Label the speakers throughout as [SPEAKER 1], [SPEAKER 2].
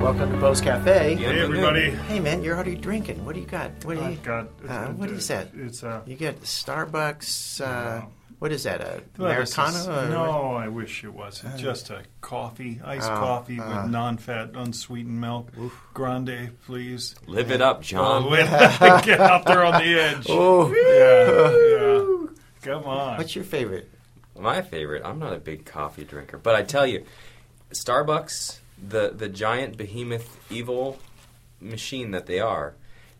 [SPEAKER 1] welcome to Bo's Cafe.
[SPEAKER 2] Hey, everybody.
[SPEAKER 1] Hey, man, you're already drinking. What do you got? What do you
[SPEAKER 2] I've got.
[SPEAKER 1] Uh, what is that?
[SPEAKER 2] It's a.
[SPEAKER 1] You get Starbucks. Uh,
[SPEAKER 2] No.
[SPEAKER 1] What is that? A
[SPEAKER 2] Well, this
[SPEAKER 1] Americano?
[SPEAKER 2] is-
[SPEAKER 1] or-
[SPEAKER 2] No, I wish it was. It's just a coffee, iced
[SPEAKER 1] Oh,
[SPEAKER 2] coffee
[SPEAKER 1] uh.
[SPEAKER 2] with non-fat, unsweetened milk. Grande, please.
[SPEAKER 3] Live it up, John.
[SPEAKER 2] Oh, wait, get out there on the edge.
[SPEAKER 1] Oh.
[SPEAKER 2] Yeah, yeah. Come on.
[SPEAKER 1] What's your favorite?
[SPEAKER 3] My favorite. I'm not a big coffee drinker, but I tell you, Starbucks, the the giant behemoth evil machine that they are,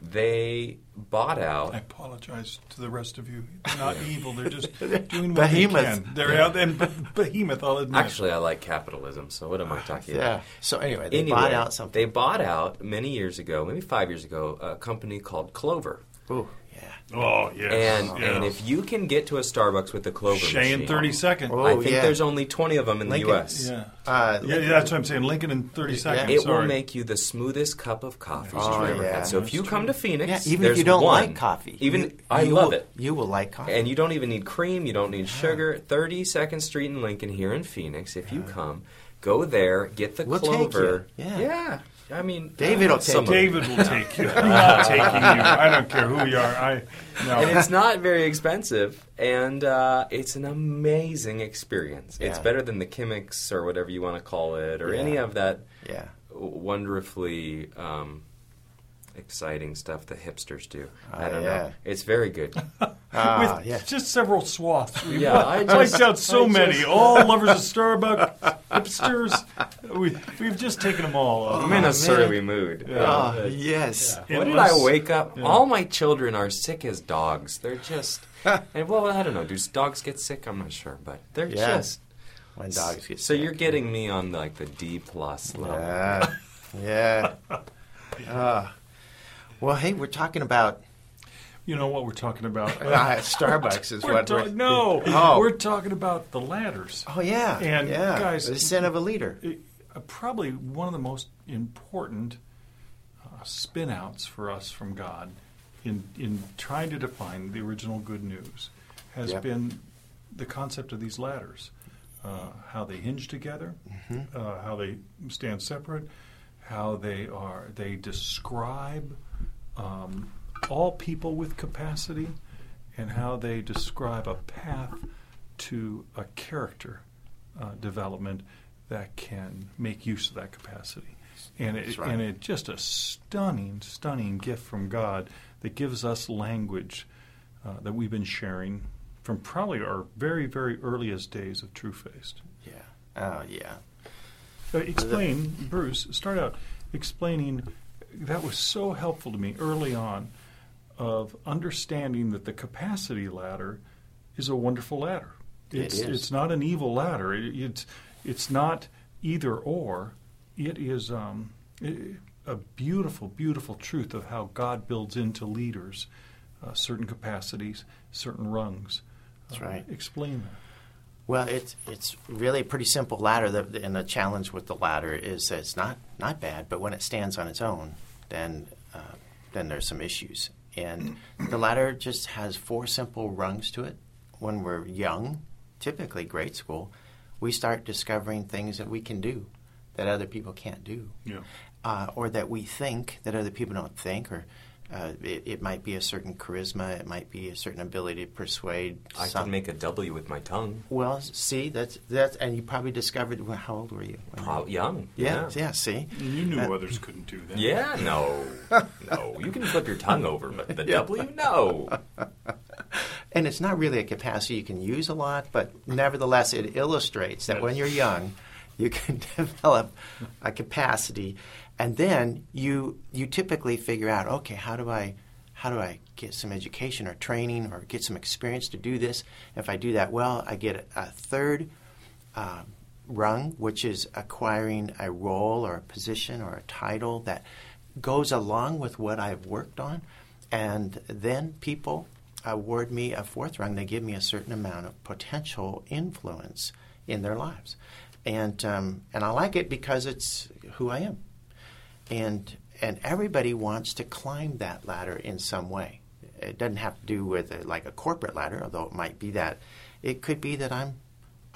[SPEAKER 3] they bought out.
[SPEAKER 2] I apologize to the rest of you. They're not evil. They're just doing what
[SPEAKER 1] Behemoth.
[SPEAKER 2] they can. They're out and behemoth. I'll admit.
[SPEAKER 3] Actually, I like capitalism, so what am I talking
[SPEAKER 1] Yeah.
[SPEAKER 3] about?
[SPEAKER 1] So anyway, they
[SPEAKER 3] Anyway,
[SPEAKER 1] bought out something.
[SPEAKER 3] They bought out many years ago, maybe five years ago, a company called Clover.
[SPEAKER 1] Ooh, yeah.
[SPEAKER 2] oh yes.
[SPEAKER 3] And
[SPEAKER 2] yes.
[SPEAKER 3] and if you can get to a Starbucks with a Clover
[SPEAKER 2] Shay in
[SPEAKER 3] machine,
[SPEAKER 2] thirty second.
[SPEAKER 1] Oh,
[SPEAKER 3] I think
[SPEAKER 1] yeah.
[SPEAKER 3] there's only 20 of them in
[SPEAKER 1] Lincoln-
[SPEAKER 3] the U.S.
[SPEAKER 2] Yeah.
[SPEAKER 1] Uh,
[SPEAKER 2] Yeah, yeah, that's what I'm saying. Lincoln in 30 seconds.
[SPEAKER 3] It
[SPEAKER 2] sorry.
[SPEAKER 3] will make you the smoothest cup of coffee
[SPEAKER 1] That's
[SPEAKER 3] you've
[SPEAKER 1] true.
[SPEAKER 3] ever
[SPEAKER 1] Oh, yeah.
[SPEAKER 3] had. So if you come to Phoenix,
[SPEAKER 1] Yeah, even if
[SPEAKER 3] there's
[SPEAKER 1] you don't
[SPEAKER 3] one.
[SPEAKER 1] like coffee,
[SPEAKER 3] even
[SPEAKER 1] you-
[SPEAKER 3] I
[SPEAKER 1] you
[SPEAKER 3] love
[SPEAKER 1] will-
[SPEAKER 3] it.
[SPEAKER 1] You will like coffee.
[SPEAKER 3] And you don't even need cream, you don't need sugar. 32nd Street in Lincoln here in Phoenix. If you come, go there, get the
[SPEAKER 1] We'll take
[SPEAKER 3] clover.
[SPEAKER 1] you. Yeah.
[SPEAKER 3] I mean,
[SPEAKER 1] David will
[SPEAKER 3] uh,
[SPEAKER 1] take
[SPEAKER 3] some
[SPEAKER 1] you.
[SPEAKER 3] of it.
[SPEAKER 2] David will take you. I'm not taking you. I don't care who you are. I no.
[SPEAKER 3] And it's not very expensive, and uh, it's an amazing experience. It's
[SPEAKER 1] Yeah.
[SPEAKER 3] better than the Kimmicks or whatever you want to call it, or
[SPEAKER 1] Yeah.
[SPEAKER 3] any of that
[SPEAKER 1] yeah.
[SPEAKER 3] wonderfully um, exciting stuff the hipsters do.
[SPEAKER 1] Ah,
[SPEAKER 3] I don't
[SPEAKER 1] yeah.
[SPEAKER 3] know. It's very good.
[SPEAKER 1] Ah,
[SPEAKER 2] With
[SPEAKER 1] yeah.
[SPEAKER 2] just several swaths. We
[SPEAKER 3] Yeah, I
[SPEAKER 2] wiped
[SPEAKER 3] just-
[SPEAKER 2] out so
[SPEAKER 3] I just-
[SPEAKER 2] many. All lovers of Starbucks, hipsters. We, we've just taken them all. Uh,
[SPEAKER 3] I'm in a
[SPEAKER 1] Oh, man.
[SPEAKER 3] surly mood.
[SPEAKER 1] Ah,
[SPEAKER 3] Uh,
[SPEAKER 1] yes.
[SPEAKER 3] What did
[SPEAKER 2] Endless.
[SPEAKER 3] I wake up? All my children are sick as dogs. They're just, and well, I don't know. Do dogs get sick? I'm not sure, but they're
[SPEAKER 1] Yeah.
[SPEAKER 3] just.
[SPEAKER 1] When dogs get
[SPEAKER 3] so
[SPEAKER 1] sick.
[SPEAKER 3] you're getting me on like the D plus level.
[SPEAKER 1] Yeah. yeah. Ah. well, hey, we're talking about
[SPEAKER 2] You know what we're talking about.
[SPEAKER 1] uh, Starbucks is
[SPEAKER 2] We're
[SPEAKER 1] what
[SPEAKER 2] ta-
[SPEAKER 1] we're
[SPEAKER 2] no,
[SPEAKER 1] Oh.
[SPEAKER 2] we're talking about the ladders.
[SPEAKER 1] Oh yeah,
[SPEAKER 2] And,
[SPEAKER 1] yeah.
[SPEAKER 2] guys-
[SPEAKER 1] the sin of a leader.
[SPEAKER 2] it, uh, probably one of the most important uh, spin outs for us from God in, in trying to define the original good news has
[SPEAKER 1] Yeah.
[SPEAKER 2] been the concept of these ladders uh, how they hinge together, uh, how they stand separate, how they are, they describe um, all people with capacity, and how they describe a path to a character uh, development that can make use of that capacity. And it,
[SPEAKER 1] That's right.
[SPEAKER 2] and it just a stunning, stunning gift from God that gives us language uh, that we've been sharing from probably our very, very earliest days of True Faced.
[SPEAKER 1] Yeah. Oh yeah.
[SPEAKER 2] Uh, explain, Bruce, start out explaining that was so helpful to me early on of understanding that the capacity ladder is a wonderful ladder.
[SPEAKER 1] It
[SPEAKER 2] It's,
[SPEAKER 1] is.
[SPEAKER 2] it's not an evil ladder. It, it's, it's not either or. It is um, i- a beautiful, beautiful truth of how God builds into leaders uh, certain capacities, certain rungs. Uh,
[SPEAKER 1] That's right.
[SPEAKER 2] Explain that.
[SPEAKER 1] Well, it's it's really a pretty simple ladder, that, and the challenge with the ladder is that it's not not bad, but when it stands on its own, then uh, then there's some issues. And the ladder just has four simple rungs to it. When we're young, typically grade school, we start discovering things that we can do that other people can't do.
[SPEAKER 2] Yeah.
[SPEAKER 1] uh, or that we think that other people don't think, or uh, it, it might be a certain charisma, it might be a certain ability to persuade.
[SPEAKER 3] I
[SPEAKER 1] some-
[SPEAKER 3] can make a W with my tongue.
[SPEAKER 1] Well, see, that's that's, and you probably discovered. Well, how old were you?
[SPEAKER 3] Pro- young.
[SPEAKER 1] yeah, yeah, see,
[SPEAKER 2] You knew
[SPEAKER 1] uh,
[SPEAKER 2] others couldn't do that.
[SPEAKER 3] Yeah, no. No. You can flip your tongue over, but the W, no.
[SPEAKER 1] and it's not really a capacity you can use a lot, but nevertheless, it illustrates that when you're young, you can develop a capacity, and then you you typically figure out, okay, how do I how do I get some education or training or get some experience to do this? If I do that well, I get a, a third um, rung, which is acquiring a role or a position or a title that goes along with what I've worked on. And then people award me a fourth rung. They give me a certain amount of potential influence in their lives. And, um, and I like it because it's who I am and and everybody wants to climb that ladder in some way. It doesn't have to do with uh like a corporate ladder, although it might be that. It could be that I'm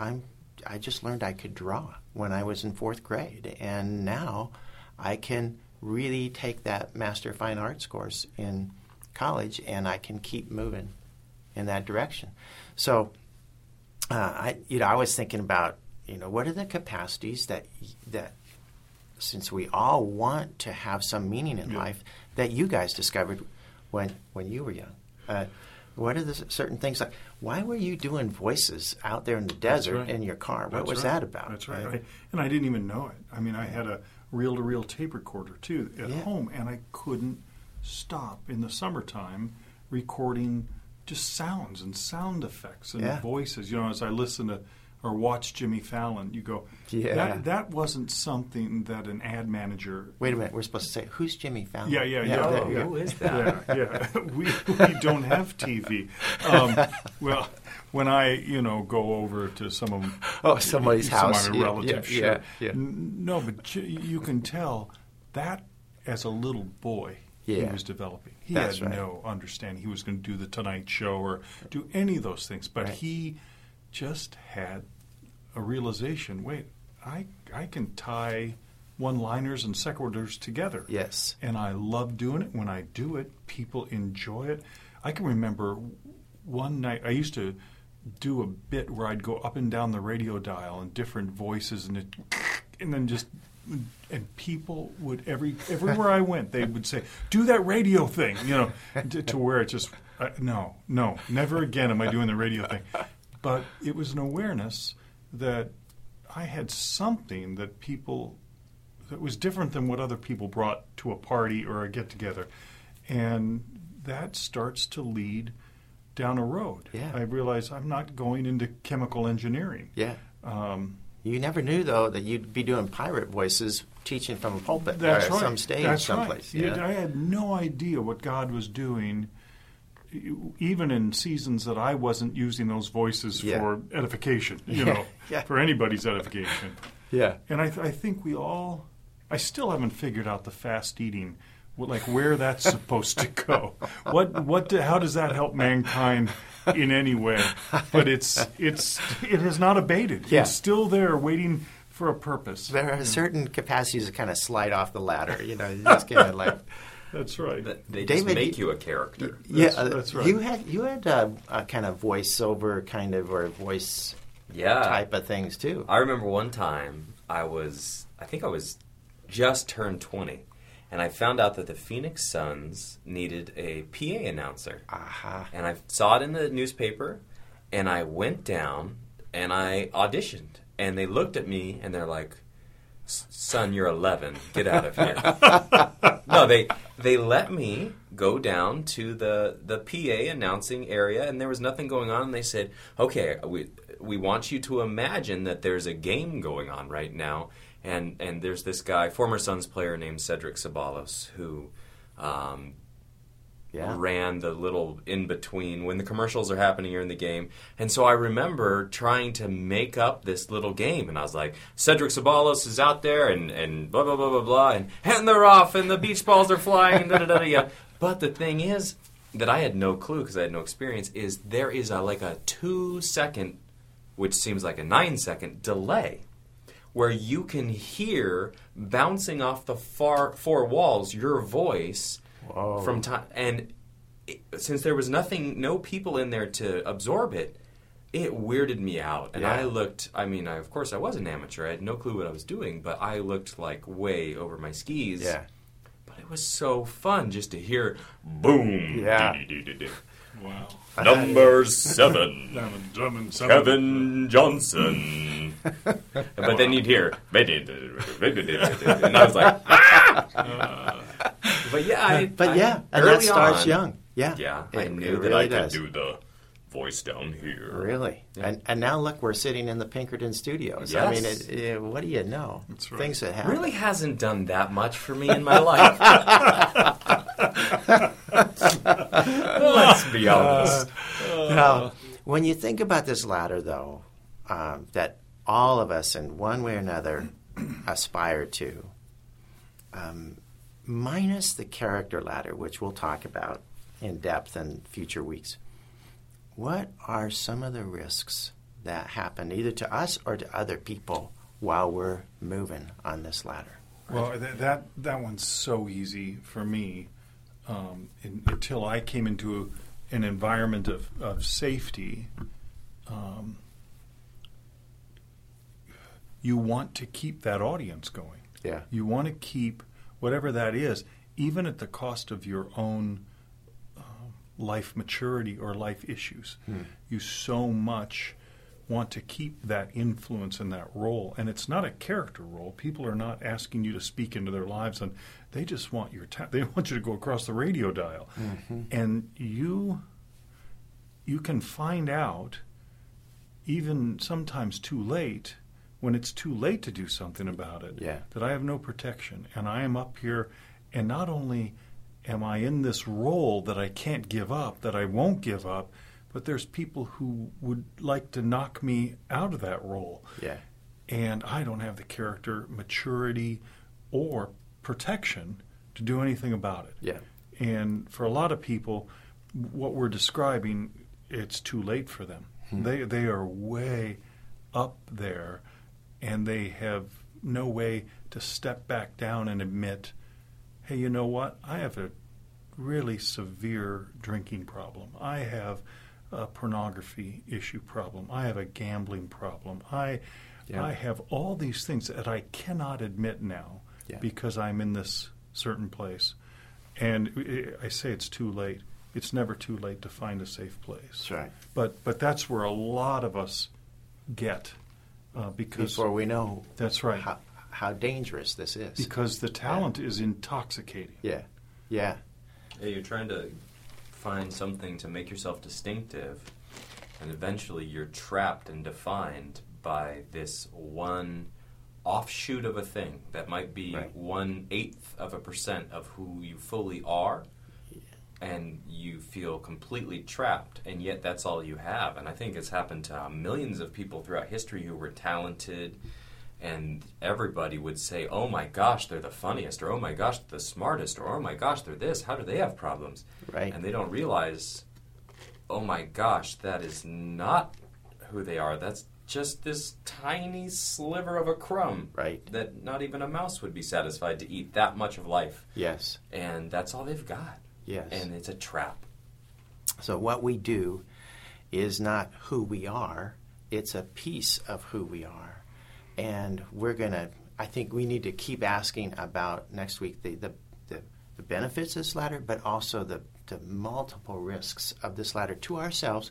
[SPEAKER 1] I'm I just learned I could draw when I was in fourth grade, and now I can really take that Master of Fine Arts course in college and I can keep moving in that direction. So, uh, I, you know, I was thinking about, you know, what are the capacities that, that since we all want to have some meaning in
[SPEAKER 2] Yeah.
[SPEAKER 1] life, that you guys discovered when, when you were young? Uh, what are the s- certain things like? Why were you doing voices out there in the desert
[SPEAKER 2] right.
[SPEAKER 1] in your car? What
[SPEAKER 2] That's
[SPEAKER 1] was
[SPEAKER 2] right.
[SPEAKER 1] that about? Uh,
[SPEAKER 2] That's right. I, and I didn't even know it. I mean, I had a reel to reel tape recorder too at
[SPEAKER 1] Yeah.
[SPEAKER 2] home, and I couldn't stop in the summertime recording just sounds and sound effects and
[SPEAKER 1] Yeah.
[SPEAKER 2] voices. You know, as I listen to or watch Jimmy Fallon, you go,
[SPEAKER 1] Yeah.
[SPEAKER 2] that, that wasn't something that an ad manager.
[SPEAKER 1] Wait a minute, we're supposed to say, who's Jimmy Fallon?
[SPEAKER 2] Yeah, yeah, yeah.
[SPEAKER 1] that-
[SPEAKER 3] Oh,
[SPEAKER 2] yeah.
[SPEAKER 3] who is that?
[SPEAKER 2] Yeah, yeah. we, we don't have TV. Um, well, when I, you know, go over to some of
[SPEAKER 1] Oh, somebody's
[SPEAKER 2] some
[SPEAKER 1] house.
[SPEAKER 2] other
[SPEAKER 1] Yeah,
[SPEAKER 2] relative,
[SPEAKER 1] yeah,
[SPEAKER 2] sure.
[SPEAKER 1] yeah, yeah.
[SPEAKER 2] N- No, but j- you can tell that as a little boy, he
[SPEAKER 1] Yeah.
[SPEAKER 2] was developing. He
[SPEAKER 1] That's
[SPEAKER 2] had
[SPEAKER 1] right.
[SPEAKER 2] no understanding. He was going to do the Tonight Show or do any of those things, but
[SPEAKER 1] Right.
[SPEAKER 2] he just had a realization. Wait, I I can tie one-liners and seconders together
[SPEAKER 1] Yes.
[SPEAKER 2] and I love doing it. When I do it, people enjoy it. I can remember one night I used to do a bit where I'd go up and down the radio dial and different voices and it, and then just and people would every everywhere I went they would say do that radio thing you know to, to where it just uh, no no never again am I doing the radio thing but it was an awareness that I had something that people that was different than what other people brought to a party or a get together. And that starts to lead down a road.
[SPEAKER 1] Yeah.
[SPEAKER 2] I realize I'm not going into chemical engineering.
[SPEAKER 1] Yeah.
[SPEAKER 2] Um,
[SPEAKER 1] You never knew, though, that you'd be doing pirate voices teaching from a pulpit
[SPEAKER 2] that's
[SPEAKER 1] or
[SPEAKER 2] right.
[SPEAKER 1] some stage
[SPEAKER 2] That's
[SPEAKER 1] someplace.
[SPEAKER 2] Right.
[SPEAKER 1] Yeah.
[SPEAKER 2] I had no idea what God was doing, even in seasons that I wasn't using those voices
[SPEAKER 1] Yeah.
[SPEAKER 2] for edification, you
[SPEAKER 1] Yeah.
[SPEAKER 2] know,
[SPEAKER 1] Yeah.
[SPEAKER 2] for anybody's edification.
[SPEAKER 1] yeah.
[SPEAKER 2] And I, th- I think we all, I still haven't figured out the fast eating, wh- like where that's supposed to go. What, what, do, how does that help mankind in any way? But it's, it's, it has not abated.
[SPEAKER 1] Yeah.
[SPEAKER 2] It's still there, waiting for a purpose.
[SPEAKER 1] There are certain capacities that kind of slide off the ladder. You know, you just kind of like.
[SPEAKER 2] that's right.
[SPEAKER 3] Th- They
[SPEAKER 1] David,
[SPEAKER 3] just make
[SPEAKER 1] you-
[SPEAKER 3] you a character.
[SPEAKER 1] Yeah,
[SPEAKER 2] That's-
[SPEAKER 1] uh,
[SPEAKER 2] that's right.
[SPEAKER 1] You had you had uh, a kind of voiceover kind of or voice
[SPEAKER 3] Yeah.
[SPEAKER 1] type of things too.
[SPEAKER 3] I remember one time I was, I think I was just turned 20, and I found out that the Phoenix Suns needed a PA announcer.
[SPEAKER 1] Aha.
[SPEAKER 3] And I saw it in the newspaper, and I went down and I auditioned. And they looked at me and they're like, "S- son, you're 11. Get out of here. no, they they let me go down to the, the PA announcing area, and there was nothing going on. And they said, okay, we, we want you to imagine that there's a game going on right now. And, and there's this guy, former Suns player named Cedric Sabalos, who um,
[SPEAKER 1] Yeah.
[SPEAKER 3] ran the little in between when the commercials are happening during the game. And so I remember trying to make up this little game, and I was like, Cedric Sabalos is out there, and, and blah, blah, blah, blah, blah, and, and they're off, and the beach balls are flying, and da da da da. yeah. But the thing is, that I had no clue because I had no experience, is there is a, like a two second, which seems like a nine second delay where you can hear bouncing off the far four walls your voice from time and it, since there was nothing no people in there to absorb it it weirded me out and
[SPEAKER 1] Yeah.
[SPEAKER 3] i looked i mean I, of course i was an amateur i had no clue what i was doing but i looked like way over my skis
[SPEAKER 1] Yeah.
[SPEAKER 3] but it was so fun just to hear boom
[SPEAKER 1] Yeah.
[SPEAKER 3] dee-dee-dee-dee-dee.
[SPEAKER 2] wow.
[SPEAKER 3] number seven
[SPEAKER 2] Down in Drummond, Southern-
[SPEAKER 3] Kevin Johnson. but then you'd hear, and I was like,
[SPEAKER 2] Uh,
[SPEAKER 3] ah! but yeah, I,
[SPEAKER 1] But
[SPEAKER 3] I-
[SPEAKER 1] yeah, and
[SPEAKER 3] early
[SPEAKER 1] that starts
[SPEAKER 3] on,
[SPEAKER 1] young. Yeah.
[SPEAKER 3] Yeah,
[SPEAKER 1] It-
[SPEAKER 3] I
[SPEAKER 1] it
[SPEAKER 3] knew that
[SPEAKER 1] really
[SPEAKER 3] I
[SPEAKER 1] does.
[SPEAKER 3] could do the voice down here.
[SPEAKER 1] Really? And, and now look, we're sitting in the Pinkerton Studios. I mean,
[SPEAKER 3] Yes.
[SPEAKER 1] it, it, what do you know?
[SPEAKER 2] That's right.
[SPEAKER 1] Things that happen.
[SPEAKER 3] Really hasn't done that much for me in my life. Let's be honest.
[SPEAKER 2] uh,
[SPEAKER 1] Now, when you think about this ladder, though, um, that all of us in one way or another aspire to, um, minus the character ladder, which we'll talk about in depth in future weeks, what are some of the risks that happen either to us or to other people while we're moving on this ladder?
[SPEAKER 2] Well, that, that that one's so easy for me. Um, in, until I came into an environment of of safety, um, you want to keep that audience going.
[SPEAKER 1] Yeah.
[SPEAKER 2] You want to keep whatever that is, even at the cost of your own um, life maturity or life issues. You so much want to keep that influence and that role. And it's not a character role. People are not asking you to speak into their lives, and they just want your ta- they want you to go across the radio dial, and you you can find out even sometimes too late when it's too late to do something about it
[SPEAKER 1] Yeah.
[SPEAKER 2] that I have no protection and I am up here and not only am I in this role that I can't give up that I won't give up but there's people who would like to knock me out of that role
[SPEAKER 1] Yeah.
[SPEAKER 2] and I don't have the character maturity or protection to do anything about it
[SPEAKER 1] Yeah.
[SPEAKER 2] and for a lot of people, what we're describing, it's too late for them. They they are way up there, and they have no way to step back down and admit, hey, you know what? I have a really severe drinking problem. I have a pornography issue problem. I have a gambling problem. I
[SPEAKER 1] Yeah.
[SPEAKER 2] I have all these things that I cannot admit now
[SPEAKER 1] Yeah.
[SPEAKER 2] because I'm in this certain place. And eh, I I say it's too late. It's never too late to find a safe place.
[SPEAKER 1] That's right.
[SPEAKER 2] But but that's where a lot of us get uh, because
[SPEAKER 1] Before we know
[SPEAKER 2] that's right
[SPEAKER 1] how, how dangerous this is.
[SPEAKER 2] because the talent is intoxicating.
[SPEAKER 1] yeah. Yeah.
[SPEAKER 3] Yeah, you're trying to find something to make yourself distinctive, and eventually you're trapped and defined by this one offshoot of a thing that might be
[SPEAKER 1] Right.
[SPEAKER 3] one eighth of a percent of who you fully are. And you feel completely trapped, and yet that's all you have. And I think it's happened to uh, millions of people throughout history who were talented, and everybody would say, "Oh my gosh, they're the funniest," or "Oh my gosh, the smartest," or "Oh my gosh, they're this." How do they have problems?
[SPEAKER 1] Right.
[SPEAKER 3] And they don't realize, "Oh my gosh, that is not who they are. That's just this tiny sliver of a crumb
[SPEAKER 1] Right.
[SPEAKER 3] that not even a mouse would be satisfied to eat that much of life,
[SPEAKER 1] Yes.
[SPEAKER 3] and that's all they've got.
[SPEAKER 1] Yes.
[SPEAKER 3] And it's a trap.
[SPEAKER 1] So what we do is not who we are, it's a piece of who we are. And we're going to, I think we need to keep asking about next week the, the, the, the benefits of this ladder, but also the, the multiple risks of this ladder to ourselves,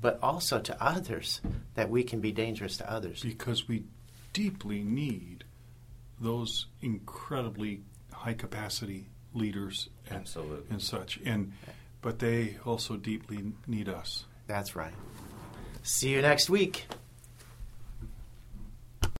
[SPEAKER 1] but also to others, that we can be dangerous to others.
[SPEAKER 2] because we deeply need those incredibly high capacity leaders and,
[SPEAKER 3] Absolutely.
[SPEAKER 2] and such and but they also deeply need us
[SPEAKER 1] That's right. See you next week.